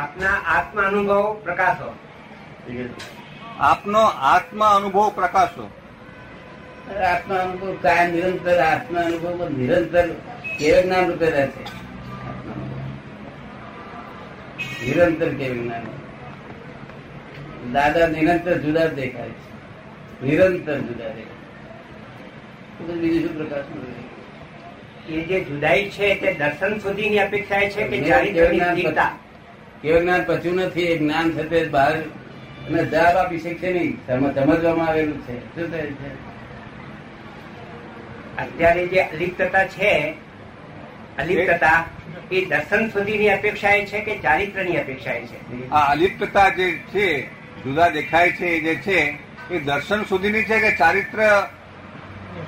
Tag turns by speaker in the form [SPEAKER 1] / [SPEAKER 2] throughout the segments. [SPEAKER 1] આપના આત્મ અનુભવ પ્રકાશો
[SPEAKER 2] આપનો આત્મા અનુભવ પ્રકાશો
[SPEAKER 3] આત્મા અનુભવ કાયમ નિરંતર આત્મા અનુભવ નિરંતર કેવળ જ્ઞાન રૂપે રહે છે આત્માનુભવ. નિરંતર કેવળ જ્ઞાન દાદા નિરંતર જુદા જ દેખાય છે નિરંતર જુદા દેખાય છે. તો બીજું શું પ્રકાશ
[SPEAKER 1] એ જે જુદાઈ છે તે દર્શન સુધીની અપેક્ષા એ છે કે ચારિત્રની સ્થિરતા.
[SPEAKER 3] કેવળ જ્ઞાન પચ્યું નથી એ જ્ઞાન થતે બહાર અને જવાબ આપી શકશે નહીં સમ- સમજવામાં આવેલું છે શું થાય છે
[SPEAKER 1] અત્યારે જે અલિપ્તતા છે અલિપ્તતા એ દર્શન સુધીની અપેક્ષા એ છે કે ચારિત્રની અપેક્ષા એ છે
[SPEAKER 2] આ અલિપ્તતા જે છે જુદા દેખાય છે એ જે છે એ દર્શન સુધીની છે કે ચારિત્ર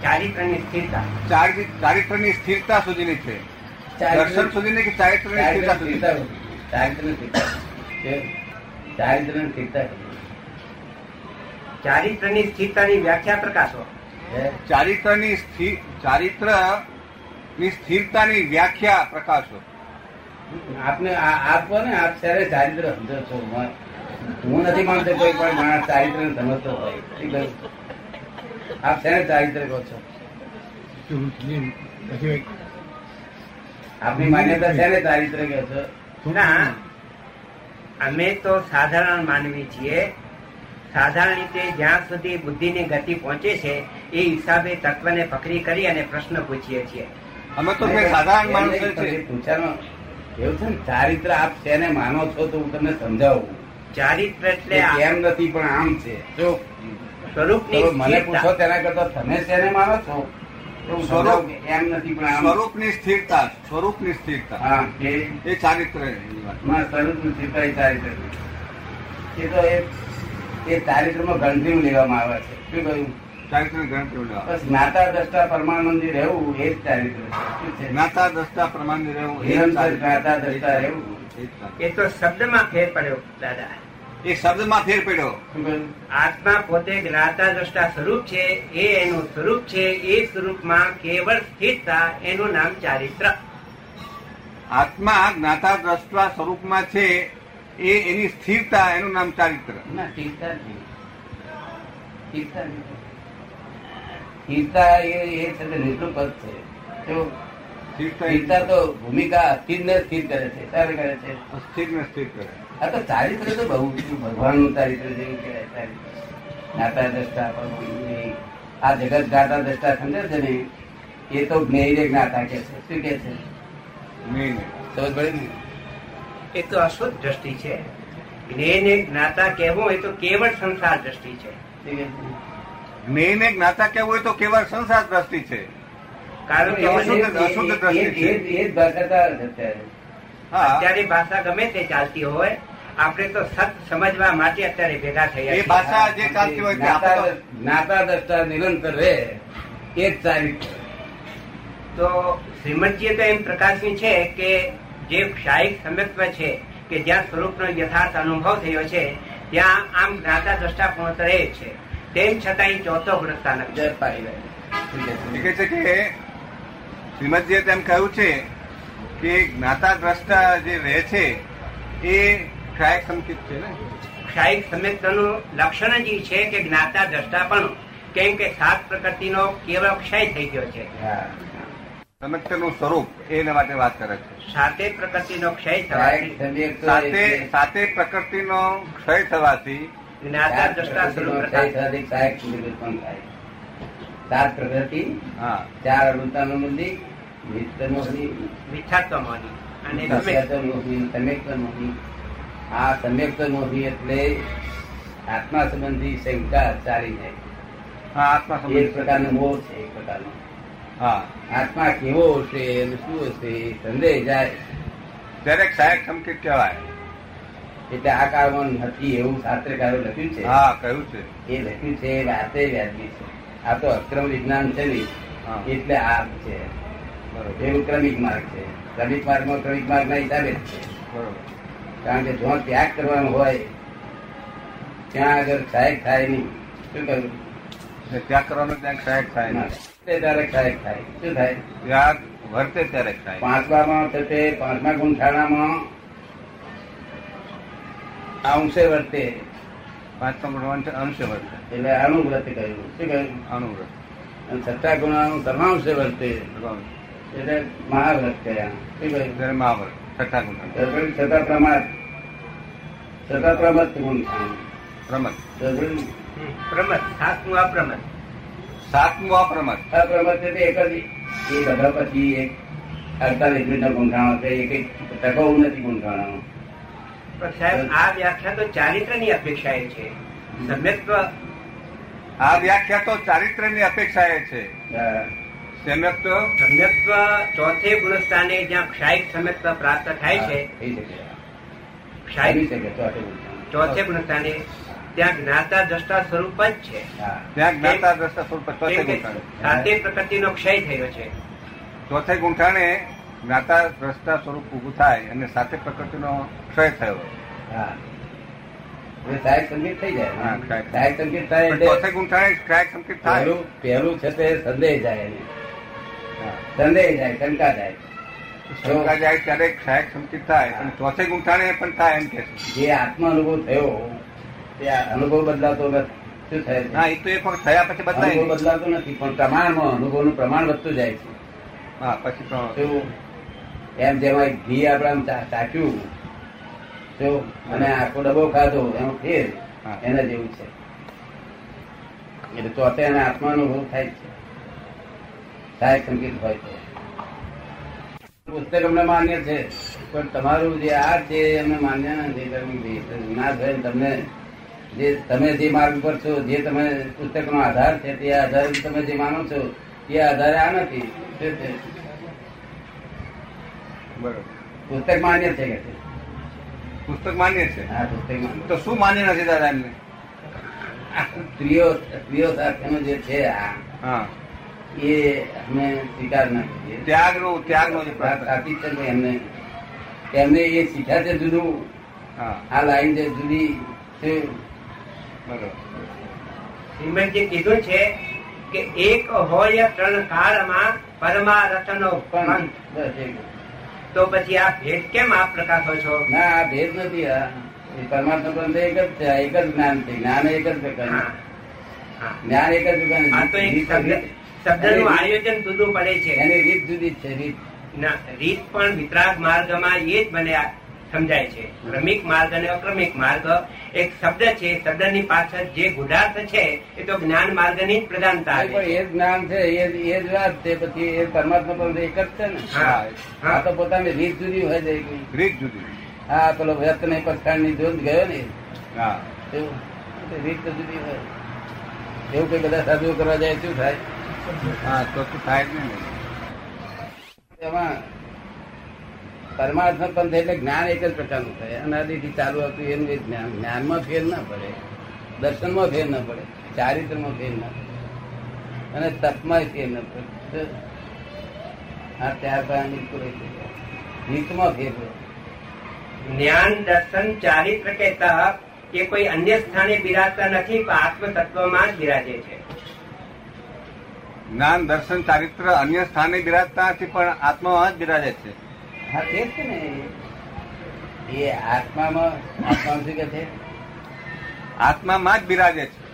[SPEAKER 1] ચારિત્રની સ્થિરતા
[SPEAKER 2] ચારિ- ચારિત્રની સ્થિરતા સુધીની છે દર્શન સુધીની કે ચારિત્રની સ્થિરતા
[SPEAKER 3] ચારિત્ર
[SPEAKER 2] સુધીની
[SPEAKER 3] ચારિત્રને શીખતા કરવું.
[SPEAKER 1] ચારિત્રની સ્થિરતાની વ્યાખ્યા પ્રકાશો
[SPEAKER 3] હે?
[SPEAKER 2] ચારિત્રની સ્થિ- ચારિત્રની સ્થિરતાની વ્યાખ્યા પ્રકાશો
[SPEAKER 3] આપને આ- આપો ને આપ ત્યારે ચારિત્ર સમજો છો હું હું નથી માનતો કોઈ પણ માણસ ચારિત્ર સમજતો હોય શું કહ્યું? આપ ત્યારે ચારિત્ર કહો છો આપની માન્યતા ત્યારે ચારિત્ર કહો છો
[SPEAKER 1] ના અમે તો સાધારણ માનવી છીએ સાધારણ રીતે જ્યાં સુધી બુદ્ધિની ગતિ પહોંચે છે એ હિસાબે તત્વને પકડી કરી અને પ્રશ્ન પૂછીએ છીએ
[SPEAKER 2] અમે તો બે સાધારણ માણસો
[SPEAKER 3] એમ નહીં,
[SPEAKER 2] છે
[SPEAKER 3] પણ એ પૂછવાનો એવું છે ને ચારિત્ર આપ તેને માનો છો તો હું તમને સમજાવું
[SPEAKER 1] ચારિત્ર એટલે
[SPEAKER 3] કે
[SPEAKER 1] આ
[SPEAKER 3] એમ નથી પણ આમ છે જો
[SPEAKER 1] સ્વરૂપની
[SPEAKER 3] તો મને
[SPEAKER 1] સ્થિરતા.
[SPEAKER 3] પૂછો તેના કરતા તમે શેને માનો છો તો હું
[SPEAKER 2] સ્વરૂપ.
[SPEAKER 3] સમજાવું કે એમ નથી પણ આમ.
[SPEAKER 2] સ્વરૂપની સ્થિરતા સ્વરૂપની સ્થિરતા
[SPEAKER 3] હા કે
[SPEAKER 2] એ ચારિત્રની વાત
[SPEAKER 3] માં સ્વરૂપનું ચિત્ર એ ચારિત્ર છે. એ તો એ એ ચારિત્રમાં ગણતરીમાં લેવામાં આવે છે શું કહ્યું
[SPEAKER 2] ચારિત્રની ગણતરી લેવા.
[SPEAKER 3] બસ જ્ઞાતા દ્રષ્ટા પરમાનંદી રહેવું એ જ ચારિત્ર છે શું છે?
[SPEAKER 2] જ્ઞાતા દ્રષ્ટા પ્રમાણની રહેવું એ
[SPEAKER 3] નિરંતર
[SPEAKER 2] ચારિત્ર.
[SPEAKER 3] જ્ઞાતા દ્રષ્ટા રહેવું.
[SPEAKER 2] એ ચારિત્ર.
[SPEAKER 1] એ તો શબ્દમાં ફેર પડ્યો દાદા
[SPEAKER 2] એ શબ્દમાં ફેર પડ્યો
[SPEAKER 3] શું કહ્યું?
[SPEAKER 1] આત્મા પોતે જ્ઞાતા દ્રષ્ટા સ્વરૂપ છે એ એનું સ્વરૂપ છે એ સ્વરૂપમાં કેવળ સ્થિરતા એનું નામ ચારિત્ર
[SPEAKER 2] આત્મા જ્ઞાતા દ્રષ્ટા સ્વરૂપમાં છે એ એની સ્થિરતા એનું નામ ચારિત્ર
[SPEAKER 3] ના, ચિંતા જ નહીં. ચિંતા જ નહીં. ચિંતા એ એ છે તે નીચલું પદ છે જો
[SPEAKER 2] સ્થિરતા એ
[SPEAKER 3] ચિંતા તો ભૂમિકા અસ્થિરને સ્થિર કરે છે ત્યારે કરે છે
[SPEAKER 2] અસ્થિરને સ્થિર કરે
[SPEAKER 3] આ તો ચારિત્ર તો બહુ ભગવાન નું ચારિત્ર જેવું કહેવાય ચારિત્ર. જ્ઞાતા દ્રષ્ટા પરમાણુ જ્ઞેય. આ જગત જ્ઞાતા દ્રષ્ટા સમજે છે ને એ તો જ્ઞેય જ્ઞાતા કે છે શું કે છે
[SPEAKER 2] નહીં નહીં.
[SPEAKER 3] સમજ પડી ને?
[SPEAKER 1] એ તો અશુદ્ધ દ્રષ્ટિ છે જ્ઞેયને જ્ઞાતા કહેવું એ તો કેવળ સંસાર દ્રષ્ટિ છે
[SPEAKER 3] શું કે છે?
[SPEAKER 2] જ્ઞેયને જ્ઞાતા કહેવું એ તો કેવળ સંસાર દ્રષ્ટિ છે
[SPEAKER 1] કારણ કે
[SPEAKER 2] એ
[SPEAKER 1] મને
[SPEAKER 2] અશુદ્ધ- અશુદ્ધ દ્રષ્ટિ
[SPEAKER 3] એ-
[SPEAKER 2] છે.
[SPEAKER 3] એ- એ જ ભાષા ચાલે છે અત્યારે.
[SPEAKER 2] હા
[SPEAKER 1] અત્યારે ભાષા ગમે તે ચાલતી હોય આપણે તો સત સમજવા માટે અત્યારે ભેગા થયા
[SPEAKER 2] એ
[SPEAKER 1] છીએ.
[SPEAKER 2] ભાષા- જે ચાલતી હોય તે આપણે
[SPEAKER 3] જ્ઞાતા દ્રષ્ટા- જ્ઞાતા દ્રષ્ટા નિરંતર રહે એ જ ચારિત્ર
[SPEAKER 1] તો શ્રીમદજીએ તો એમ પ્રકાશની છે કે જે શાહી સમ્યક્ત્વ છે કે જ્યાં સ્વરૂપનો યથાર્થ અનુભવ થયો છે ત્યાં આમ જ્ઞાતા દ્રષ્ટા પૂર્ણ રહે છે તેમ છતાં એ ચોથો વૃત્તાનક છે
[SPEAKER 3] જ પાડી રહે શું કે છે?
[SPEAKER 2] એ કહે છે કે શ્રીમદજીએ તેમ કહ્યું છે કે જ્ઞાતા દ્રષ્ટા જે રહે છે એ ક્ષાયક સંકિત છે ને
[SPEAKER 1] ક્ષાયિક સમ્યક્તાનું લક્ષણ જ ઈ છે કે જ્ઞાતા દ્રષ્ટા પણ કેમ કે સાત પ્રકૃતિનો કેવળ ક્ષય થઈ ગયો છે
[SPEAKER 3] હા.
[SPEAKER 2] સમજતરનું સ્વરૂપ એને માટે વાત કરે છે
[SPEAKER 1] સાતે પ્રકૃતિનો ક્ષય
[SPEAKER 3] ચારિત્ર
[SPEAKER 1] થવાથી
[SPEAKER 3] સંદેહ તો એ
[SPEAKER 2] સાથે
[SPEAKER 3] છે.
[SPEAKER 2] સાથે પ્રકૃતિનો ક્ષય થવાથી
[SPEAKER 1] જ્ઞાતા દ્રષ્ટા સ્વરૂપ પ્રકાશ
[SPEAKER 3] સાત પ્રકૃતિ
[SPEAKER 2] હા
[SPEAKER 3] ચાર અનુતાનો મંદિર નિત્યમોહની
[SPEAKER 1] મિથ્યાત્વમોની અને વિવેક.
[SPEAKER 3] સત્યાત્મોહની સમ્યક્તમોહની આ સમ્યક્તમોહની એટલે આત્મા સંબંધી શંકા ચાલી જાય
[SPEAKER 2] હા આત્મા
[SPEAKER 3] એ એક
[SPEAKER 2] સંબંધિત.
[SPEAKER 3] પ્રકારનો મોહ છે એક પ્રકારનો
[SPEAKER 2] હા
[SPEAKER 3] આત્મા કેવો હશે અને શું હશે એ સંદેહ જાય
[SPEAKER 2] દરેક ક્ષાયક સંકેત કહેવાય
[SPEAKER 3] એટલે આ કાળમાં નથી એવું શાસ્ત્રકારો લખ્યું છે
[SPEAKER 2] હા કહ્યું છે
[SPEAKER 3] એ લખ્યું છે એ વાતે વ્યાજબી છે આ તો અક્રમ વિજ્ઞાન છે ને
[SPEAKER 2] હા
[SPEAKER 3] એટલે આ છે
[SPEAKER 2] બરોબર
[SPEAKER 3] એવું ક્રમિક માર્ગ છે ક્રમિક માર્ગમાં ક્રમિક માર્ગના હિસાબે જ છે
[SPEAKER 2] બરોબર
[SPEAKER 3] કારણ કે જો ત્યાગ કરવાનો હોય ત્યાં આગળ સહાયક થાય નહીં શું કહ્યું
[SPEAKER 2] એટલે ત્યાગ કરવાનો ત્યાં ક્ષાયક થાય
[SPEAKER 3] ના.
[SPEAKER 2] નહીં
[SPEAKER 3] તે ત્યારે સહાયક થાય શું થાય
[SPEAKER 2] ત્યાગ વર્તે ત્યારે ક્ષાયક
[SPEAKER 3] પાંચમામાં થશે પાંચમા ગુંઠાણામાં આ અંશે વર્તે
[SPEAKER 2] પાંચ નંબર અંશ વર્ત
[SPEAKER 3] એટલે આનું વ્રત કહ્યું શું કહ્યું
[SPEAKER 2] અણુવ્રત
[SPEAKER 3] અને સત્તા ગુણાનું તમામ છે વર્તે
[SPEAKER 2] ભગવાન
[SPEAKER 3] એટલે મહાવ્રત કર્યા શું કહ્યું
[SPEAKER 2] જ્યારે મહાવ્રત છઠ્ઠા ગુણ
[SPEAKER 3] રસોઈ છતાં પ્રમાદ છતાં પ્રમાદ ગુણ ખાય.
[SPEAKER 2] રમત
[SPEAKER 3] રસોઈ
[SPEAKER 1] હમ. પ્રમથ સાતમું અપ્રમથ
[SPEAKER 2] સાતમું અપ્રમત
[SPEAKER 3] અપ્રમાદ છે તે એક જ એ બધા પછી એક અડતાલીસ મિનિટનો ગુંઠાણો છે એક એક ટકાઉ નથી ગુંઠાણો
[SPEAKER 1] પણ સાહેબ આ વ્યાખ્યા તો ચારિત્રની અપેક્ષાએ છે સમ્યક્ત્વ
[SPEAKER 2] આ વ્યાખ્યા તો ચારિત્ર્યની અપેક્ષાએ છે
[SPEAKER 3] હા.
[SPEAKER 2] સમ્યક તો
[SPEAKER 1] સમ્યક્ત્વ ચોથે ગુણસ્થાને જ્યાં ક્ષાયિક સમ્યક્ત્વ પ્રાપ્ત થાય છે
[SPEAKER 3] થઈ શકે આવી
[SPEAKER 1] ક્ષાયિક
[SPEAKER 3] શકે ચોથે ગુંઠાણો.
[SPEAKER 1] ચોથે ગુણસ્થાને ત્યાં જ્ઞાતા દ્રષ્ટા સ્વરૂપ જ છે
[SPEAKER 3] હા
[SPEAKER 2] જ્યાં જ્ઞાતા દ્રષ્ટા સ્વરૂપ ચોથે
[SPEAKER 1] કેમ કે
[SPEAKER 2] ગુંઠાણે
[SPEAKER 1] સાતે પ્રકૃતિનો ક્ષય થયો છે
[SPEAKER 2] ચોથે ગુંઠાણે જ્ઞાતા દ્રષ્ટા સ્વરૂપ ઉભું થાય અને સાથે પ્રકૃતિનો ક્ષય થયો
[SPEAKER 3] હા એટલે સાહેબ સંકેત થઈ જાય
[SPEAKER 2] હા, સાહેબ.
[SPEAKER 3] સાહેબ સંકેત થાય
[SPEAKER 2] પણ
[SPEAKER 3] એટલે
[SPEAKER 2] ચોથે ગુંઠાણે ક્ષય સંકેત થાય
[SPEAKER 3] પહેલું પહેલું છે તે સંદેહ જાય એને.
[SPEAKER 2] હા.
[SPEAKER 3] સંદેહ જાય શંકા જાય
[SPEAKER 2] શંકા જાય ત્યારે ક્ષય સંકેત થાય અને ચોથે ગુંઠાણે પણ થાય એમ કે છે.
[SPEAKER 3] જે આત્મા અનુભવ થયો તે આ અનુભવ બદલાતો નથી શું થાય છે
[SPEAKER 2] હા એ તો એક વખત થયા પછી બદલાય
[SPEAKER 3] અનુભવ
[SPEAKER 2] નહીં.
[SPEAKER 3] બદલાતો નથી પણ પ્રમાણમાં અનુભવનું પ્રમાણ વધતું જાય છે
[SPEAKER 2] હા પછી તો
[SPEAKER 3] તો એમ જેમાં એક ઘી આપણે આમ ચા- ચાખ્યું તો અને આખો ડબ્બો ખાધો એનો ફેર
[SPEAKER 2] હા.
[SPEAKER 3] એના જેવું છે એટલે ચોથે એના આત્મા અનુભવ થાય જ છે સાહેબ સંકેત હોય તો પુસ્તક અમને માન્ય છે પણ તમારું જે આ છે એ અમને માન્ય નથી કરવી જોઈએ. તો ના થાય ને તમને જે તમે જે માર્ગ પર છો જે તમે પુસ્તકનો આધાર છે તે આધાર તમે જે માનો છો એ આધારે આ નથી શું છે?
[SPEAKER 2] બરોબર
[SPEAKER 3] પુસ્તક માન્ય છે કે છે?
[SPEAKER 2] પુસ્તક માન્ય છે
[SPEAKER 3] આ પુસ્તક માન્ય.
[SPEAKER 2] તો શું માન્ય નથી દાદા એમને
[SPEAKER 3] સ્ત્રીઓ સ્ત્રીઓ સાથેનો જે છે આ
[SPEAKER 2] હા
[SPEAKER 3] એ અમે સ્વીકાર ના કરીએ
[SPEAKER 2] ત્યાગનું ત્યાગનો જે
[SPEAKER 3] વાત
[SPEAKER 2] પ્રકાર
[SPEAKER 3] સાચી છે ને એમને એમને એ શીખ્યા છે જુદું
[SPEAKER 2] હા
[SPEAKER 3] આ લાઈન છે જુદી તે
[SPEAKER 2] બરોબર
[SPEAKER 1] શ્રીમદજી કીધું છે કે એક હોય ત્રણ કાળમાં પરમારથનો
[SPEAKER 3] પણ
[SPEAKER 1] પંથ.
[SPEAKER 3] બસ એ.
[SPEAKER 1] તો પછી આ ભેદ કેમ આપ પ્રકાશો છો
[SPEAKER 3] ના આ ભેદ નથી આ એ પરમાત્મા પણ એક જ છે આ એક જ જ્ઞાન છે જ્ઞાન એક જ
[SPEAKER 1] હા.
[SPEAKER 3] પ્રકારનું
[SPEAKER 1] હા.
[SPEAKER 3] જ્ઞાન એક જ પ્રકારનું.
[SPEAKER 1] આ તો એક શબ્દ- શબ્દનું આયોજન જુદું પડે છે
[SPEAKER 3] એની રીત જુદી જ છે રીત
[SPEAKER 1] ના, રીત પણ વિતરાગ માર્ગમાં એ જ મને આ સમજાય છે ક્રમિક માર્ગ અને અક્રમિક માર્ગ એક શબ્દ છે શબ્દની પાછળ જે ગુઢાર્થ છે એ તો જ્ઞાન માર્ગની જ પ્રધાનતા
[SPEAKER 3] પણ
[SPEAKER 1] આવે
[SPEAKER 3] એ
[SPEAKER 1] છે
[SPEAKER 3] જ જ્ઞાન છે એ જ એ જ વાત છે પછી એ પરમાત્મા પણ એક જ છે ને
[SPEAKER 1] હા
[SPEAKER 3] આ
[SPEAKER 1] હા
[SPEAKER 3] તો પોતાની રીત જુદી હોય જાય ગઈ
[SPEAKER 2] રીત જુદી
[SPEAKER 3] આ પેલો વ્યસ્ત ને પક્ષાણ ની જોત ગયો ને
[SPEAKER 2] હા
[SPEAKER 3] એવું તો રીત તો જુદી હોય એવું કઈ બધા સાધુઓ કરવા જાય શું થાય
[SPEAKER 2] હા તો શું થાય જ નહીં ને.
[SPEAKER 3] એમાં પરમાર્થ પંથ એટલે જ્ઞાન એક જ પ્રકારનું થાય અનાદિથી ચાલુ હતું એનું એ જ્ઞાન જ્ઞાનમાં ફેર ના પડે દર્શનમાં ફેર ના પડે ચારિત્રમાં ફેર ના પડે અને તપમાં ફેર ના પડે આ ચાર પાયાની પૂરી થઈ જાય. રીતમાં ફેર પડે
[SPEAKER 1] જ્ઞાન દર્શન ચારિત્ર કે તપ એ કોઈ અન્ય સ્થાને બિરાજતા નથી પણ આત્મ તત્વમાં જ બિરાજે છે
[SPEAKER 2] જ્ઞાન દર્શન ચારિત્ર અન્ય સ્થાને બિરાજતા નથી પણ આત્મામાં જ બિરાજે છે
[SPEAKER 3] હા તે જ છે ને એ આત્મામાં આત્મામાં શું કે છે
[SPEAKER 2] આત્મામાં જ બિરાજે છે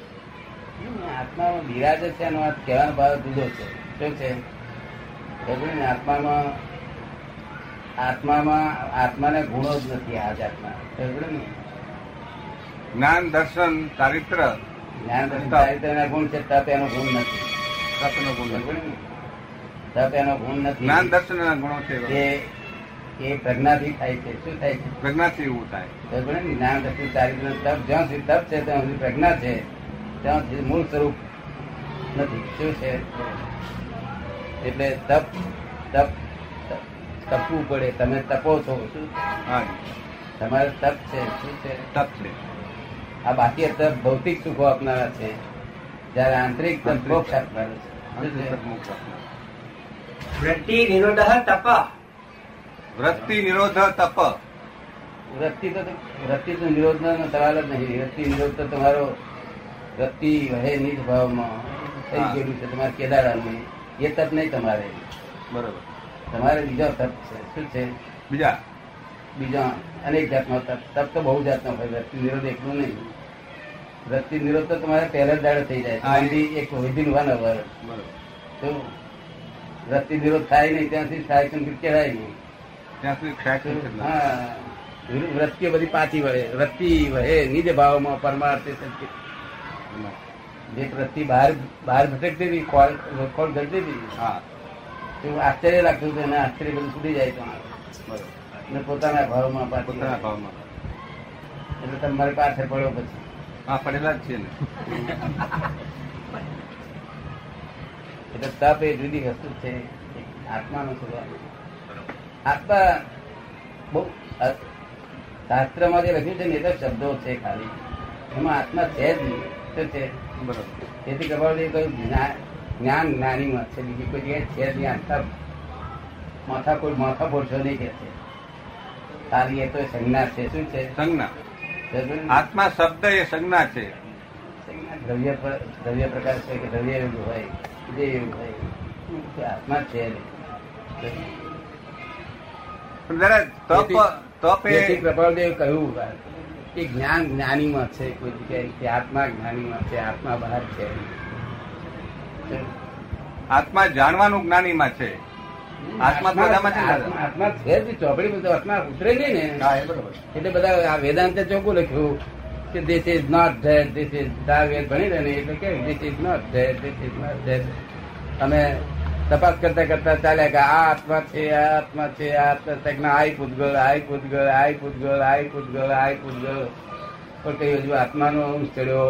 [SPEAKER 3] આત્મામાં બિરાજે છે એનો અર્થ કહેવાનો ભાવ જુદો છે શું છે ખબર ને આત્મામાં આત્મામાં આત્માને ગુણો જ નથી આ જાતના ખબર ને
[SPEAKER 2] જ્ઞાન દર્શન ચારિત્ર
[SPEAKER 3] જ્ઞાન પછી ચારિત્રના ગુણ છે તપ એનો ગુણ નથી
[SPEAKER 2] તપનો ગુણ
[SPEAKER 3] ખબર
[SPEAKER 2] નથી.
[SPEAKER 3] ને તપ એનો ગુણ
[SPEAKER 2] જ્ઞાન
[SPEAKER 3] નથી
[SPEAKER 2] દર્શન ગુણો છે
[SPEAKER 3] એ એ પ્રજ્ઞાથી થાય છે શું થાય છે
[SPEAKER 2] પ્રજ્ઞાથી એવું થાય
[SPEAKER 3] બરાબર ને? જ્ઞાન દર્શન ચારિત્ર તપ જ્યાં સુધી તપ છે ત્યાં સુધી પ્રજ્ઞા છે ત્યાં સુધી મૂળ સ્વરૂપ નથી શું છે એટલે તપ તપ તપ- તપવું પડે તમે તપો છો શું
[SPEAKER 2] હા
[SPEAKER 3] તમારે તપ છે શું છે
[SPEAKER 2] તપ છે
[SPEAKER 3] આ બાકી તપ ભૌતિક સુખો આપનારા છે જ્યારે આંતરિક તપ
[SPEAKER 2] આંતરિક
[SPEAKER 3] મોક્ષ
[SPEAKER 2] તપ.
[SPEAKER 3] આપનારો છે શું
[SPEAKER 2] અંતિમ
[SPEAKER 3] છે?
[SPEAKER 2] તપ મોક્ષ આપનાર.
[SPEAKER 1] વૃત્તિ વિરોધ તપ
[SPEAKER 2] વૃત્તિ નિરોધ તપ
[SPEAKER 3] વૃત્તિ તો વૃત્તિ તો નિરોધનો સવાલ જ નહીં વૃત્તિ નિરોધ તો તમારો વૃત્તિ વહે નિજ ભાવમાં થઈ
[SPEAKER 2] હા.
[SPEAKER 3] ગયેલું છે તમારે કેદારાનું એ તપ નહીં તમારે
[SPEAKER 2] બરોબર
[SPEAKER 3] તમારે બીજો તપ છે શું છે
[SPEAKER 2] બીજા
[SPEAKER 3] બીજા અનેક જાતનો તપ તપ તો બહુ જાતનો હોય વૃત્તિ નિરોધ એકલું નહીં વૃત્તિ નિરોધ તો તમારે પહેલા જ દાડે થઈ જાય
[SPEAKER 2] હા, એ-
[SPEAKER 3] સમાધિ એક વિધિન વન અવર
[SPEAKER 2] બરોબર
[SPEAKER 3] તો વૃત્તિ નિરોધ થાય નહીં ત્યાં સુધી સાહેબ સંકેત કહેવાય નહીં
[SPEAKER 2] ત્યાં સુધી ક્ષય સંકેત ના થાય.
[SPEAKER 3] હા. વૃત્તિઓ બધી પાછી વળે વૃત્તિ વહે નિજ ભાવમાં પરમાર્થે સંકેત જે વૃત્તિ બહાર બહાર ભટકતી હતી ખોળ ખોળ ઘટતી હતી
[SPEAKER 2] હા
[SPEAKER 3] તો આશ્ચર્ય લાગતું હતું અને આશ્ચર્ય બધું છૂટી જાય તમારે
[SPEAKER 2] બરોબર
[SPEAKER 3] અને પોતાના ભાવમાં પાછી
[SPEAKER 2] પોતાના
[SPEAKER 3] વળે.
[SPEAKER 2] ભાવમાં
[SPEAKER 3] એટલે તમારે પાસે પડ્યો પછી
[SPEAKER 2] હા પડેલા જ છે ને
[SPEAKER 3] એટલે તપ એ જુદી વસ્તુ છે એક આત્માનો સ્વભાવ આત્મા બહુ અ- શાસ્ત્રમાં જે લખ્યું છે ને એ તો શબ્દો છે ખાલી એમાં આત્મા છે જ નહીં શું છે
[SPEAKER 2] બરોબર
[SPEAKER 3] તેથી કપાળજી કહ્યું જ્ઞા- જ્ઞાન જ્ઞાનીમાં છે બીજી કોઈ જગ્યાએ છે જ નહીં આખા માથા કોઈ માથા ફોડશો નહીં કે છે તારી એ તો સંજ્ઞા છે શું છે
[SPEAKER 2] સંજ્ઞા
[SPEAKER 3] સંજ્ઞા?
[SPEAKER 2] આત્મા શબ્દ એ સંજ્ઞા છે
[SPEAKER 3] સંજ્ઞા દ્રવ્ય પર- દ્રવ્ય પ્રકાશ હોય કે દ્રવ્ય એવું હોય જે એવું હોય એ આત્મા છે નહીં.
[SPEAKER 2] પણ જરા તપ તપ
[SPEAKER 3] તેથી
[SPEAKER 2] એ
[SPEAKER 3] કપાળદેવે કહ્યું કે જ્ઞાન જ્ઞાનીમાં છે કોઈ જગ્યાએ કે આત્મા જ્ઞાનીમાં છે આત્મા બહાર છે નહીં.
[SPEAKER 2] આત્મા જાણવાનું જ્ઞાનીમાં છે આત્મા તો બધામાં છે ને દાદા?
[SPEAKER 3] આત્મા- આત્મા છે જ ચોપડી બધું આત્મા ઉતરે નહીં ને
[SPEAKER 2] એ બરોબર
[SPEAKER 3] એટલે બધા આ વેદાંતે ચોખ્ખું લખ્યું કે this is not that, this is that. વેદ ભણી લે ને એટલે કે this is not that, this is not that. અમે તપાસ કરતા કરતા ચાલ્યા કે આ આત્મા છે આ આત્મા છે આ આત્મા છે. ના, આય પૂતગળ આય પૂતગળ આય પૂતગળ આય પૂતગળ આય પૂતગળ પણ કઈ હજુ આત્માનો અંશ ચડ્યો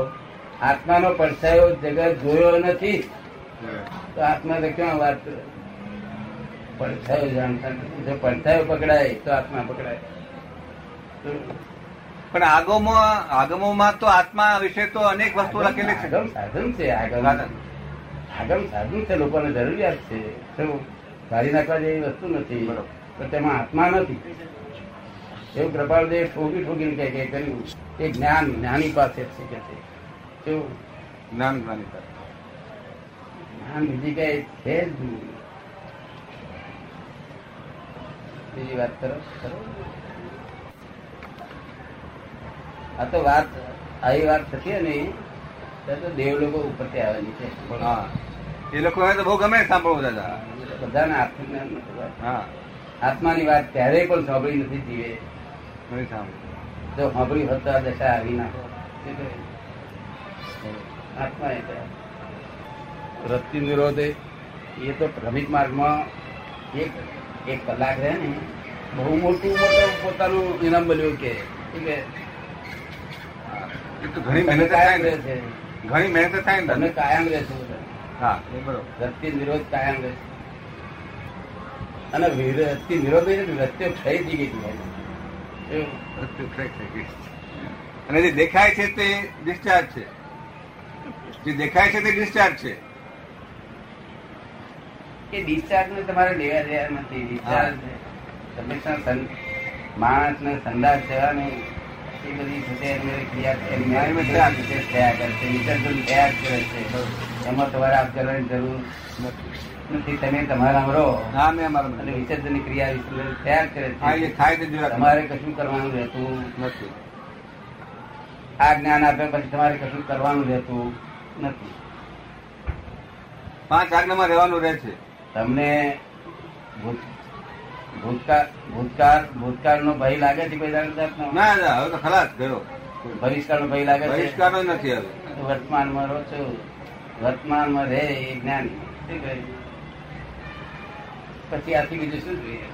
[SPEAKER 3] આત્માનો પડછાયો જગત જોયો નથી તો આત્મા તો ક્યાં વાત કરે? પડછાયો જાણતા નથી. જો પડછાયો પકડાય તો આત્મા પકડાય તો
[SPEAKER 2] પણ આગમોમાં આગમોમાં તો આત્મા વિશે તો અનેક વસ્તુ લખેલી છે
[SPEAKER 3] આગમ સાધન છે આગમ
[SPEAKER 2] સાધન.
[SPEAKER 3] આગમ સાધન છે લોકોને જરૂરિયાત છે શું? કાઢી નાખવા જેવી વસ્તુ નથી
[SPEAKER 2] બરોબર.
[SPEAKER 3] પણ તેમાં આત્મા નથી એવું કૃપાળદેવ ઠોકી ઠોકીને કહે કે કર્યું એ જ્ઞાન જ્ઞાની પાસે જ છે કે છે શું?
[SPEAKER 2] જ્ઞાન જ્ઞાની પર.
[SPEAKER 3] જ્ઞાન બીજી કઈ છે જ નહીં. બીજી વાત કરો કરો. આ તો વાત આવી વાત થતી ને તો દેવ લોકો ઉપરથી આવેલી છે
[SPEAKER 2] હા એ લોકો તો બહુ ગમે સાંભળવું દાદા
[SPEAKER 3] બધાને આત્મજ્ઞાન નથી વાત.
[SPEAKER 2] હા
[SPEAKER 3] આત્માની વાત ક્યારેય પણ સાંભળી નથી જીવે
[SPEAKER 2] નથી સાંભળવું
[SPEAKER 3] જો સાંભળી હોત તો આ દશા આવી ના હોત. શું કહે? આત્મા એટલે રસ્તી નિરોધ એ એ તો ભ્રમિક માર્ગમાં એક એક કલાક રહે ને બહુ મોટું મોટું પોતાનું ઇનામ મળ્યું કે એ કે
[SPEAKER 2] હા. એ તો ઘણી
[SPEAKER 3] તમે
[SPEAKER 2] મહેનત થાય
[SPEAKER 3] કાયમ
[SPEAKER 2] ને
[SPEAKER 3] રહે છે
[SPEAKER 2] ઘણી મહેનત થાય ને
[SPEAKER 3] તમે
[SPEAKER 2] દાદા.
[SPEAKER 3] કાયમ રહેશો
[SPEAKER 2] હા એ બરોબર
[SPEAKER 3] રસ્તી નિરોધ કાયમ રહેશે અને રસ્તી નિરોધ નહીં રસ્તે થઈ જ ગઈ હતી. એવું.
[SPEAKER 2] બધું correct થઈ ગયું. અને જે દેખાય છે તે ડિસ્ચાર્જ છે જે દેખાય છે તે ડિસ્ચાર્જ છે
[SPEAKER 3] કે discharge ને તમારે લેવા દેવા નથી Discharge હંમેશા સં- માણસને સંદાસ જવાની એ બધી છે તે એની ક્રિયા છે. એની
[SPEAKER 2] હા, એમાં
[SPEAKER 3] ક્રિયા
[SPEAKER 2] છે.
[SPEAKER 3] વિશેષ થયા કરે છે વિસર્જન થયા જ કરે છે એમાં તમારે આપ કરવાની જરૂર નથી તમે તમારા માં રહો
[SPEAKER 2] હા મેં અમારા
[SPEAKER 3] અને
[SPEAKER 2] મને.
[SPEAKER 3] વિસર્જનની ક્રિયા વિસર્જન થયા જ કરે
[SPEAKER 2] હા એ
[SPEAKER 3] છે
[SPEAKER 2] થાય તે જોયા
[SPEAKER 3] તમારે કશું કરવાનું રહેતું
[SPEAKER 2] નથી
[SPEAKER 3] આ જ્ઞાન આપ્યા પછી તમારે કશું કરવાનું રહેતું નથી
[SPEAKER 2] પાંચ આજ્ઞામાં રહેવાનું રહે છે
[SPEAKER 3] તમને ભૂત- ભૂતકાળ ભૂતકાળ ભૂતકાળનો ભય લાગે છે કોઈ દાડો જાતનો?
[SPEAKER 2] ના દાદા હવે તો ખલાસ ગયો
[SPEAKER 3] ભવિષ્યકાળનો ભય લાગે છે
[SPEAKER 2] બહિષ્કારો નથી હવે
[SPEAKER 3] તો વર્તમાનમાં રહો છો વર્તમાનમાં રહે એ જ્ઞાન શું કહ્યું? પછી આથી બીજું શું જોઈએ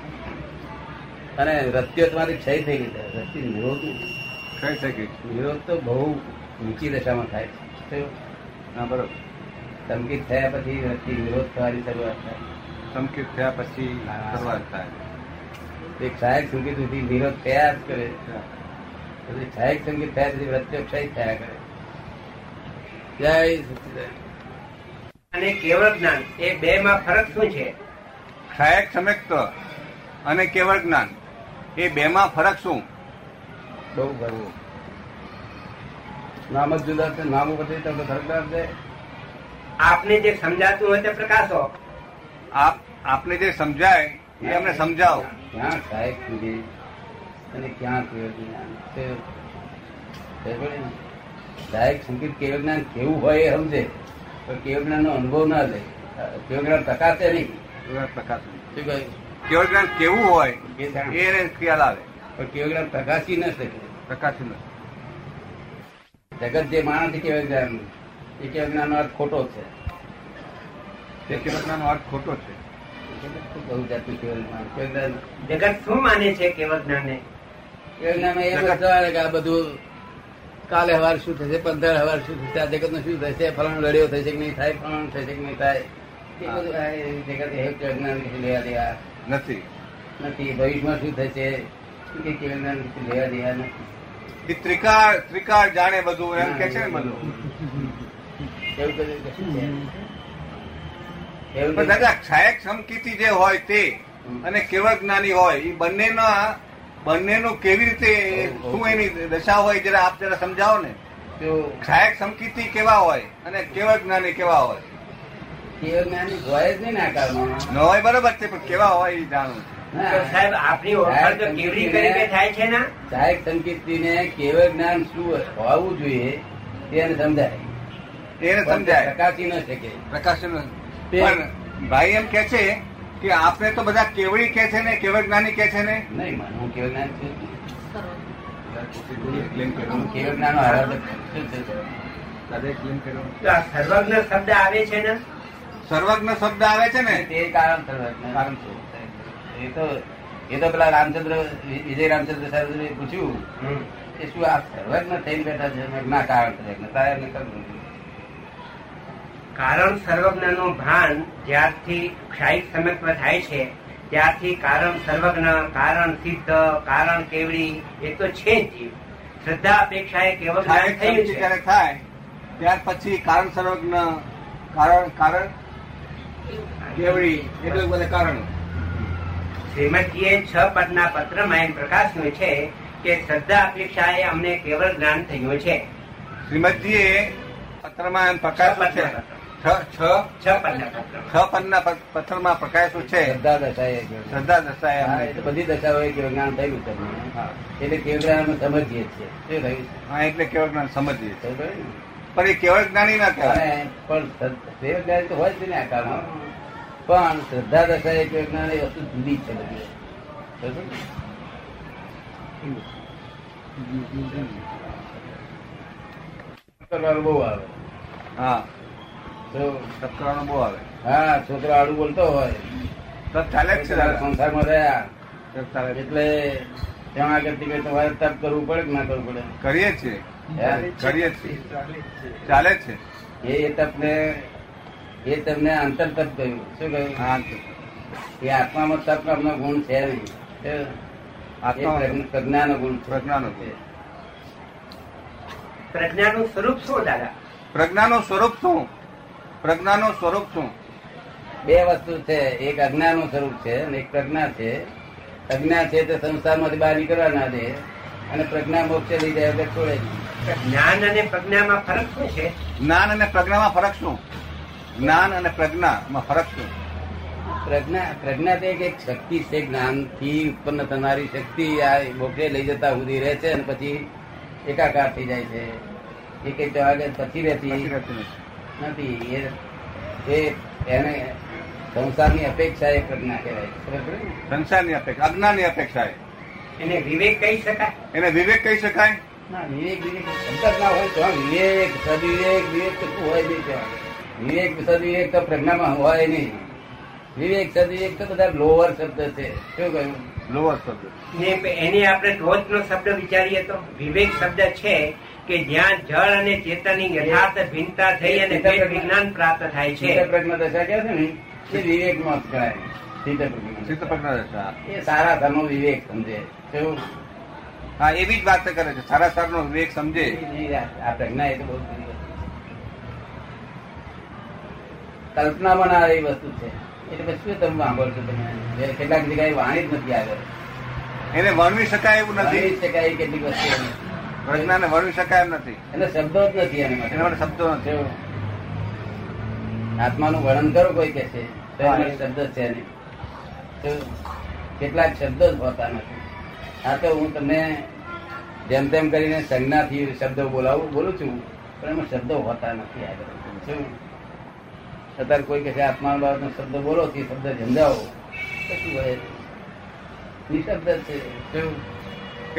[SPEAKER 3] અને રત્યો તમારી ક્ષય થઈ ગઈ છે. રસ્તી નિરોધ
[SPEAKER 2] થઈ શકે છે.
[SPEAKER 3] નિરોધ તો બહુ ઊંચી દશામાં થાય છે શું?
[SPEAKER 2] હા બરોબર
[SPEAKER 3] ધમકી થયા પછી રસ્તી નિરોધ થવાની શરૂઆત થાય
[SPEAKER 2] સંકેત થયા પછી શરૂઆત થાય
[SPEAKER 3] એક સહાયક સંગીત સુધી વિરોધ થયા જ કરે પછી સહાયક સંગીત થયા પછી પ્રત્યક્ષાય થયા કરે જય સચ્ચિદાનંદ.
[SPEAKER 1] અને કેવળ જ્ઞાન એ બે માં ફરક શું છે
[SPEAKER 2] સહાયક સમ્યક્ત અને કેવળ જ્ઞાન એ બેમાં ફરક શું
[SPEAKER 3] બહુ ભરવું નામ જ જુદા છે નામ પછી તમને સરકાર છે
[SPEAKER 1] આપને જે સમજાતું હોય તે પ્રકાશો
[SPEAKER 2] આપ આપને જે સમજાય એ અમને સમજાવો
[SPEAKER 3] ત્યાં સહાયક સંગીત અને ક્યાં કેવું જ્ઞાન છે ખબર પડી ને? ડાયરેક્ટ સંકેત કેવું જ્ઞાન કેવું હોય એ સમજે પણ કેવું જ્ઞાનનો અનુભવ ના લે કેવું જ્ઞાન ટકાશે નહીં
[SPEAKER 2] પ્રકાશ
[SPEAKER 3] શું કહ્યું
[SPEAKER 2] કેવળ જ્ઞાન કેવું હોય
[SPEAKER 3] એ જાણ.
[SPEAKER 2] એ એને ખ્યાલ આવે
[SPEAKER 3] પણ કેવું જ્ઞાન ટકાશી ન શકે
[SPEAKER 2] પ્રકાશી નથી
[SPEAKER 3] જગત જે માણસ કેવું જ્ઞાન એ કેવું જ્ઞાનનો અર્થ ખોટો છે
[SPEAKER 2] તે કેવળ જ્ઞાનનો અર્થ ખોટો છે
[SPEAKER 3] બહુ જાતનું કેવળ જ્ઞાન કેવળ જ્ઞાન
[SPEAKER 1] જગત શું માને છે કેવળ જ્ઞાનને
[SPEAKER 3] કેવળ જ્ઞાનમાં એ બધા આવે કે આ બધું કાલે હવાર શું થશે પંદર હવાર શું થશે આ જગતનું શું થશે ફલાણું લડ્યો થશે કે નહીં થાય ફલાણું થશે કે નહીં થાય એ બધું આ એ જગત એ કેવળ જ્ઞાન વિશે લેવા દેવા
[SPEAKER 2] નથી
[SPEAKER 3] નથી ભવિષ્યમાં શું થશે એ કેવળ જ્ઞાન વિશે લેવા દેવા નથી
[SPEAKER 2] એ ત્રિકાળ ત્રિકાળ જાણે બધું એમ કે છે ને બધું
[SPEAKER 3] એવું કર્યું કે શું છે? એવું
[SPEAKER 2] પણ
[SPEAKER 3] કર્યું.
[SPEAKER 2] દાદા ક્ષાયક સમકીર્તિ જે હોય તે અને કેવળ જ્ઞાની હોય એ બંનેના બંનેનું કેવી રીતે શું એની દશા હોય જરા આપ જરા સમજાવો ને
[SPEAKER 3] તો
[SPEAKER 2] ક્ષાયક સમકીર્તિ કેવા હોય અને કેવળ જ્ઞાની કેવા હોય
[SPEAKER 3] કેવળ જ્ઞાન હોય જ નહીં ને આકારમાં
[SPEAKER 2] ન હોય બરાબર છે પણ કેવા હોય એ જાણવું છે.
[SPEAKER 1] તો સાહેબ આપની ઓળખાણ તો કેવડી કરીને થાય છે ને
[SPEAKER 3] સાહેબ સંકીર્તિને કેવળ જ્ઞાન શું હોવું જોઈએ તેને સમજાય
[SPEAKER 2] એને સમજાય
[SPEAKER 3] ટકાશી ન શકે
[SPEAKER 2] પ્રકાશન
[SPEAKER 3] તે-
[SPEAKER 2] પણ ભાઈ એમ કે છે કે આપણે તો બધા કેવળી કે છે ને કેવળ જ્ઞાની કે છે ને
[SPEAKER 3] નહીં મને હું કેવળ જ્ઞાન છું હું
[SPEAKER 2] દાદા
[SPEAKER 3] કેવળ જ્ઞાનનો આરાધક છું. શું છે?
[SPEAKER 2] claim કર્યો.
[SPEAKER 1] તો આ સર્વજ્ઞ શબ્દ આવે છે ને
[SPEAKER 2] સર્વજ્ઞ શબ્દ આવે છે ને
[SPEAKER 3] તે કારણ સર્વજ્ઞ.
[SPEAKER 2] કારણ શું?
[SPEAKER 3] એ તો એ તો પેલા રામચંદ્ર વિજય રામચંદ્ર સાહેબે પૂછ્યું કે શું આ સર્વજ્ઞ થઈને બેઠા છે મેં કીધું, ના કારણ સર્વજ્ઞ તારે એમને કરવું
[SPEAKER 1] કારણ સર્વજ્ઞનું ભાન જ્યારથી ક્ષાયિક સમત્વ થાય છે ત્યારથી કારણ સર્વજ્ઞ કારણ સિદ્ધ કારણ કેવડી એ તો છે જ જીવ શ્રદ્ધા અપેક્ષા એ કેવળ જ્ઞાન
[SPEAKER 2] સહાયક
[SPEAKER 1] થયું
[SPEAKER 2] સમિતિ
[SPEAKER 1] છે
[SPEAKER 2] જ્યારે થાય ત્યાર પછી કારણ સર્વજ્ઞ કારણ કારણ કેવડી એટલે બધા કારણ
[SPEAKER 1] શ્રીમદજીએ છ પદના પત્રમાં એમ પ્રકાશ્યું છે કે શ્રદ્ધા અપેક્ષા એ અમને કેવળ જ્ઞાન થયું છે
[SPEAKER 2] શ્રીમદજીએ પત્રમાં એમ પ્રકાશ્યું છે છ છ
[SPEAKER 1] છ પદના પત્રમાં
[SPEAKER 2] છ પન્ના પત- પત્રમાં પ્રકાશ્યું છે
[SPEAKER 3] શ્રદ્ધા દશાએ કેવળ જ્ઞાન.
[SPEAKER 2] શ્રદ્ધા દશાએ
[SPEAKER 3] હા, એ તો
[SPEAKER 2] અમને
[SPEAKER 3] બધી દશાઓએ કેવળ જ્ઞાન થયેલું છે અમને.
[SPEAKER 2] હા.
[SPEAKER 3] એટલે કેવળ જ્ઞાન અમે સમજીએ છીએ શું થયું
[SPEAKER 2] હા એટલે કેવળ જ્ઞાન સમજીએ
[SPEAKER 3] ખબર પડી ને?
[SPEAKER 2] પણ એ કેવળ જ્ઞાની ના કહેવાય
[SPEAKER 3] અને પણ શ્રદ્ધ- તે જ્ઞાન તો હોય જ ને આકારમાં પણ શ્રદ્ધા દશા એ કે જ્ઞાન એ વસ્તુ જુદી જ છે બધી બરાબર ને? કરવાનું બહુ આવે
[SPEAKER 2] હા
[SPEAKER 3] તો
[SPEAKER 2] સત્કરણો બહુ આવે
[SPEAKER 3] હા છોકરો આડું બોલતો હોય
[SPEAKER 2] તો ચાલે જ છે દાદા.
[SPEAKER 3] સંસારમાં રહ્યા
[SPEAKER 2] તો ચાલે છે.
[SPEAKER 3] એટલે ત્યાં આગળ થી કઈ તમારે તપ કરવું પડે કે ના કરવું પડે
[SPEAKER 2] કરીએ છીએ
[SPEAKER 3] હે?
[SPEAKER 2] કરીએ છીએ ચાલે જ છે
[SPEAKER 3] એ તપને એ તમને અંતર તપ કહ્યું શું કહ્યું
[SPEAKER 2] હા તો.
[SPEAKER 3] એ આત્મામાં તપ નામનો ગુણ છે નહીં એ
[SPEAKER 2] આત્મા
[SPEAKER 3] પ્રજ્ઞ- પ્રજ્ઞાનો ગુણ છે
[SPEAKER 2] પ્રજ્ઞાનો ગુણ.
[SPEAKER 1] પ્રજ્ઞાનું સ્વરૂપ શું દાદા
[SPEAKER 2] પ્રજ્ઞાનું સ્વરૂપ શું પ્રજ્ઞાનું સ્વરૂપ શું
[SPEAKER 3] બે વસ્તુ છે એક અજ્ઞાન નું સ્વરૂપ છે અને એક પ્રજ્ઞા છે અજ્ઞા છે તે સંસારમાંથી બહાર નીકળવા ના દે અને પ્રજ્ઞા મોક્ષે લઈ જાય એટલે છોડે નહીં.
[SPEAKER 1] જ્ઞાન અને પ્રજ્ઞામાં ફરક શું છે
[SPEAKER 2] જ્ઞાન અને પ્રજ્ઞામાં ફરક શું જ્ઞાન અને પ્રજ્ઞામાં ફરક શું
[SPEAKER 3] પ્રજ્ઞા પ્રજ્ઞા તે એક શક્તિ છે જ્ઞાનથી ઉત્પન્ન થનારી શક્તિ આ મોક્ષે લઈ જતા સુધી રહે છે અને પછી એકાકાર થઈ જાય છે એ કઈ તો આગળ પછી રહેતી
[SPEAKER 2] નથી રહેતું નથી.
[SPEAKER 3] નથી એ એ એને સંસારની અપેક્ષા એ પ્રજ્ઞા કહેવાય છે. ખબર પડી ને?
[SPEAKER 2] સંસારની અપેક્ષા અજ્ઞાનની અપેક્ષા એ.
[SPEAKER 1] એને વિવેક કહી શકાય
[SPEAKER 2] એને વિવેક કહી શકાય
[SPEAKER 3] ના, વિવેક વિવેક શબ્દ જ ના હોય તો આ વિવેક સદવિવેક વિવેક તો શું હોય નહીં કહેવાય. વિવેક સદવિવેક તો પ્રજ્ઞામાં હોય નહીં વિવેક સદવિવેક તો બધા લોઅર શબ્દ છે શું કહ્યું
[SPEAKER 2] લોવર શબ્દ
[SPEAKER 1] ને એની આપણે ટોચનો શબ્દ વિચારીએ તો વિવેક શબ્દ છે કે જ્યાં જળ અને ચેતનની યથાર્થ ભિન્નતા થઈ અને ભેદ વિજ્ઞાન પ્રાપ્ત થાય
[SPEAKER 3] ચિત્ત
[SPEAKER 1] છે
[SPEAKER 3] પ્રજ્ઞા દશા કહે છે ને એ વિવેકમાં જ કરાય ચિત્ત પ્રજ્ઞા
[SPEAKER 2] ચિત્ત
[SPEAKER 3] દશા.
[SPEAKER 2] પ્રજ્ઞા દશા.
[SPEAKER 3] એ સારા સમો વિવેક સમજે શું?
[SPEAKER 2] હા એવી જ વાત કરે છે સારા સારનો વિવેક સમજે
[SPEAKER 3] એ આ પ્રજ્ઞા એ તો બહુ જુદી વસ્તુ છે. કલ્પનામાં ના આવે એ વસ્તુ છે એટલે પછી શું તમે સાંભળશો તમે કેટલાક જગ્યાએ વાણી જ નથી આગળ
[SPEAKER 2] એને વર્ણવી શકાય એવું
[SPEAKER 3] નથી
[SPEAKER 2] નથી
[SPEAKER 3] શકાય કેટલીક વસ્તુ એમ.
[SPEAKER 2] પ્રજ્ઞાને વર્ણવી શકાય એમ નથી
[SPEAKER 3] એના શબ્દો જ નથી એના માટે.
[SPEAKER 2] એના માટે શબ્દો નથી
[SPEAKER 3] જો, આત્માનું વર્ણન કરો કોઈ કે છે તો
[SPEAKER 2] હા,
[SPEAKER 3] એના
[SPEAKER 2] એ-
[SPEAKER 3] શબ્દ છે નહીં. તો કેટલાક શબ્દો જ હોતા નથી આ તો હું તમને જેમ તેમ કરીને સંજ્ઞાથી શબ્દો બોલાવું બોલું છું પણ એમાં શબ્દો હોતા નથી આગળ શું અત્યારે કોઈ કહે છે આત્મા બાબતનો શબ્દ બોલો તે શબ્દ ઝંઝાવો તો શું હોય નિશબ્દ જ છે શું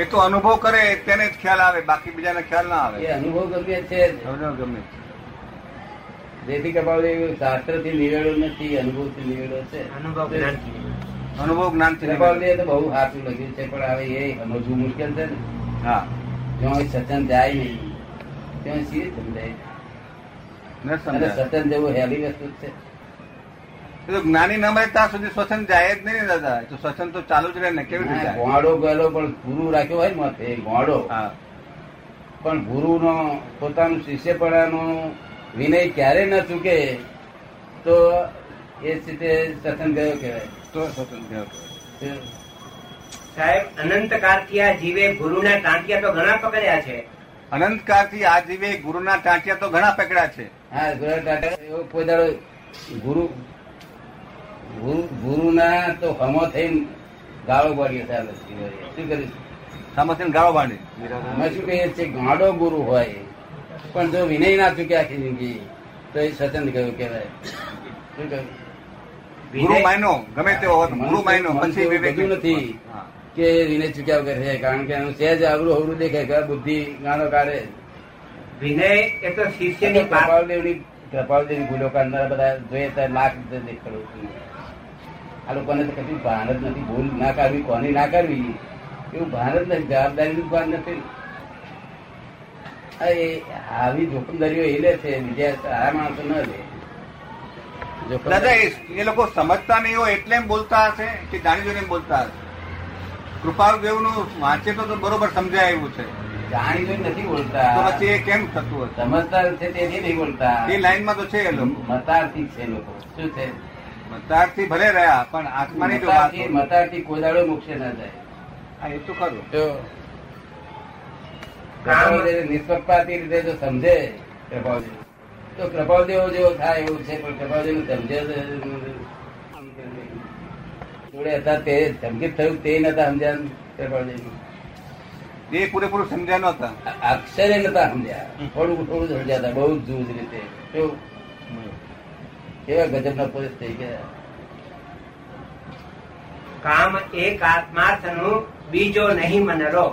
[SPEAKER 2] એ તો અનુભવ કરે તેને જ ખ્યાલ આવે બાકી બીજાને ખ્યાલ ના
[SPEAKER 3] એ
[SPEAKER 2] આવે
[SPEAKER 3] અનુભવ ગમે છે જ.
[SPEAKER 2] અનુભવ ગમે
[SPEAKER 3] જેથી કપાવું એવું શાસ્ત્ર થી નિવેડો નથી અનુભવ થી નિવેડો છે
[SPEAKER 1] અનુભવ જ્ઞાનથી.
[SPEAKER 2] તે. અનુભવ જ્ઞાનથી નહીં.
[SPEAKER 3] કપાવલી તો બહુ સાચું લખ્યું છે પણ હવે એ સમજવું મુશ્કેલ છે ને
[SPEAKER 2] હા
[SPEAKER 3] જો અહીં સત્સંગ જાય નહીં ત્યાં શી સમજાય
[SPEAKER 2] ન
[SPEAKER 3] અને
[SPEAKER 2] સમજાય
[SPEAKER 3] સત્સંગ જેવું હેવી વસ્તુ જ છે
[SPEAKER 2] એ તો જ્ઞાની ન મળે ત્યાં સુધી શ્વસન જાય જ નહીં ને દાદા એ તો શ્વસન તો ચાલુ જ રહે ને કેવી
[SPEAKER 3] ના,
[SPEAKER 2] રીતે જાય?
[SPEAKER 3] ઘોડો ગયેલો પણ ગુરુ રાખ્યો હોય ને માથે, ઘોડો
[SPEAKER 2] હા
[SPEAKER 3] પણ ગુરુનો પોતાનું શિષ્યપણાનો વિનય ક્યારે ન ચૂકે તો એ સ્થિતિ સત્સંગ ગયો કહેવાય
[SPEAKER 2] તો શ્વસન થયો કહેવાય.
[SPEAKER 3] તો
[SPEAKER 1] સાહેબ અનંત આ જીવે ગુરુના ટાંટિયા તો ઘણા પકડ્યા છે
[SPEAKER 2] અનંત કાળથી આજીવે ગુરુના ટાંટિયા તો ઘણા પકડ્યા છે
[SPEAKER 3] હા ગુરુ ટાટા એવો કોઈ દાડો ગુરુ ગુરુ ગુરુના તો હમો થઈને ગાળો પડ્યો છે આ લક્ષ્મીભાઈએ. શું કર્યું
[SPEAKER 2] સામસીન ગાળો બાંધી
[SPEAKER 3] અમે શું કહીએ છીએ ગાંડો ગુરુ હોય પણ જો વિનય ના ચૂક્યા આખી જિંદગી તો એ સચંદ ગયું કહેવાય શું કહ્યું?
[SPEAKER 2] ગુરુ માયનો ગમે તેવો હોત, ગુરુ માયનો
[SPEAKER 3] મન તો- મન તો
[SPEAKER 2] પછી વિવેક
[SPEAKER 3] બધું નથી.
[SPEAKER 2] હા.
[SPEAKER 3] કે વિનય ચૂક્યા વગર છે કારણ કે એનું સહેજ આવડું અવરું દેખાય કે આ બુદ્ધિ ગાંડો કાઢે
[SPEAKER 1] વિનય એ તો શિષ્યની પાછળ
[SPEAKER 3] કૃપાલદેવની કૃપાલદેવની ભૂલો કાઢનારા બધા જોઈએ તો લાખ દેખાડું છું આ લોકોને તો કશું ભાન જ નથી ભૂલ ના કરવી કોની ના કરવી એવું ભાન જ નથી જવાબદારીનું ભાન નથી આ એ આવી જોખમદારીઓ એ લે છે બીજા સારા માણસો ન લે
[SPEAKER 2] દાદા
[SPEAKER 3] જોખમ
[SPEAKER 2] એ- એ લોકો સમજતા નહીં હોય એટલે એમ બોલતા હશે કે જાણી જોઈને એમ બોલતા હશે કૃપાલ દેવનું વાંચે તો તો બરોબર સમજાય એવું છે
[SPEAKER 3] જાણી જોઈને નથી
[SPEAKER 2] તો
[SPEAKER 3] બોલતા
[SPEAKER 2] પછી એ કેમ થતું હશે
[SPEAKER 3] સમજદાર છે તેથી નહીં બોલતા
[SPEAKER 2] એ લાઈનમાં તો છે એ લોકો
[SPEAKER 3] મતાર્થી છે લોકો શું છે
[SPEAKER 2] મતારથી ભલે રહ્યા પણ આત્માની જો વાત
[SPEAKER 3] મતાર્થી
[SPEAKER 2] હોય-
[SPEAKER 3] મતાર્થી કોદાળો મોક્ષે ના જાય
[SPEAKER 2] હા, એ તો ખરું
[SPEAKER 3] જો કૃપાવદેવ નિષ્પક્ષપાતી રીતે જો સમજે કૃપાવદેવ તો કૃપાવદેવ જેવો થાય એવું છે પણ કૃપાવદેવ સમજે જ નહીં. જોડે હતા તે ધમકીત થયું તે નતા સમજ્યા કૃપાવદેવ
[SPEAKER 2] એ પૂરેપૂરું સમજ્યા નહોતા
[SPEAKER 3] અક્ષરે નતા સમજ્યા થોડું થોડું જ સમજ્યા હતા બહુ જ જૂજ રીતે કેવું? કેવા ગજબના પુરુષ થઈ ગયા
[SPEAKER 1] કામ એક આત્માર્થનું બીજો નહીં મનરો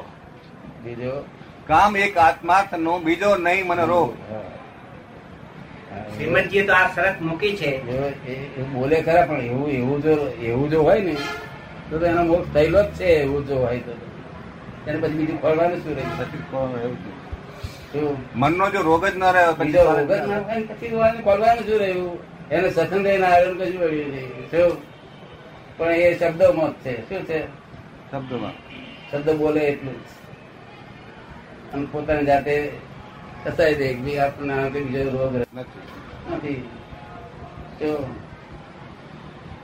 [SPEAKER 3] બીજો
[SPEAKER 2] કામ એક આત્માર્થનો બીજો નહીં મને રોગ
[SPEAKER 3] હા. હા.
[SPEAKER 1] શ્રીમદજીએ તો આ શરત મૂકી છે
[SPEAKER 3] એવો- એ- એ બોલે ખરા પણ એવું એવું જો એવું જો હોય ને તો તો એનો મોક્ષ થયેલો જ છે એવું જો હોય તો એને પછી બીજું ખોલવાનું શું રહ્યું શું?
[SPEAKER 2] મનનો જો રોગ જ ન રહ્યો પછી
[SPEAKER 3] બીજો રોગ જ ના હોય ને પછી જોવાનું ખોલવાનું શું રહ્યું એને સતન રહીને આયરન કશું વળ્યું નહીં શું? પણ એ શબ્દો મોત છે શું છે
[SPEAKER 2] શબ્દોમાં
[SPEAKER 3] શબ્દ બોલે એટલું જ અને પોતાની જાતે કસાઈ દે કે ભઈ આપણને આ કે બીજો રોગ રહ્યો
[SPEAKER 2] નથી
[SPEAKER 3] નથી તો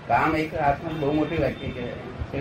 [SPEAKER 3] કામ એક આત્મા બહુ મોટી વાક્ય કહેવાય છે.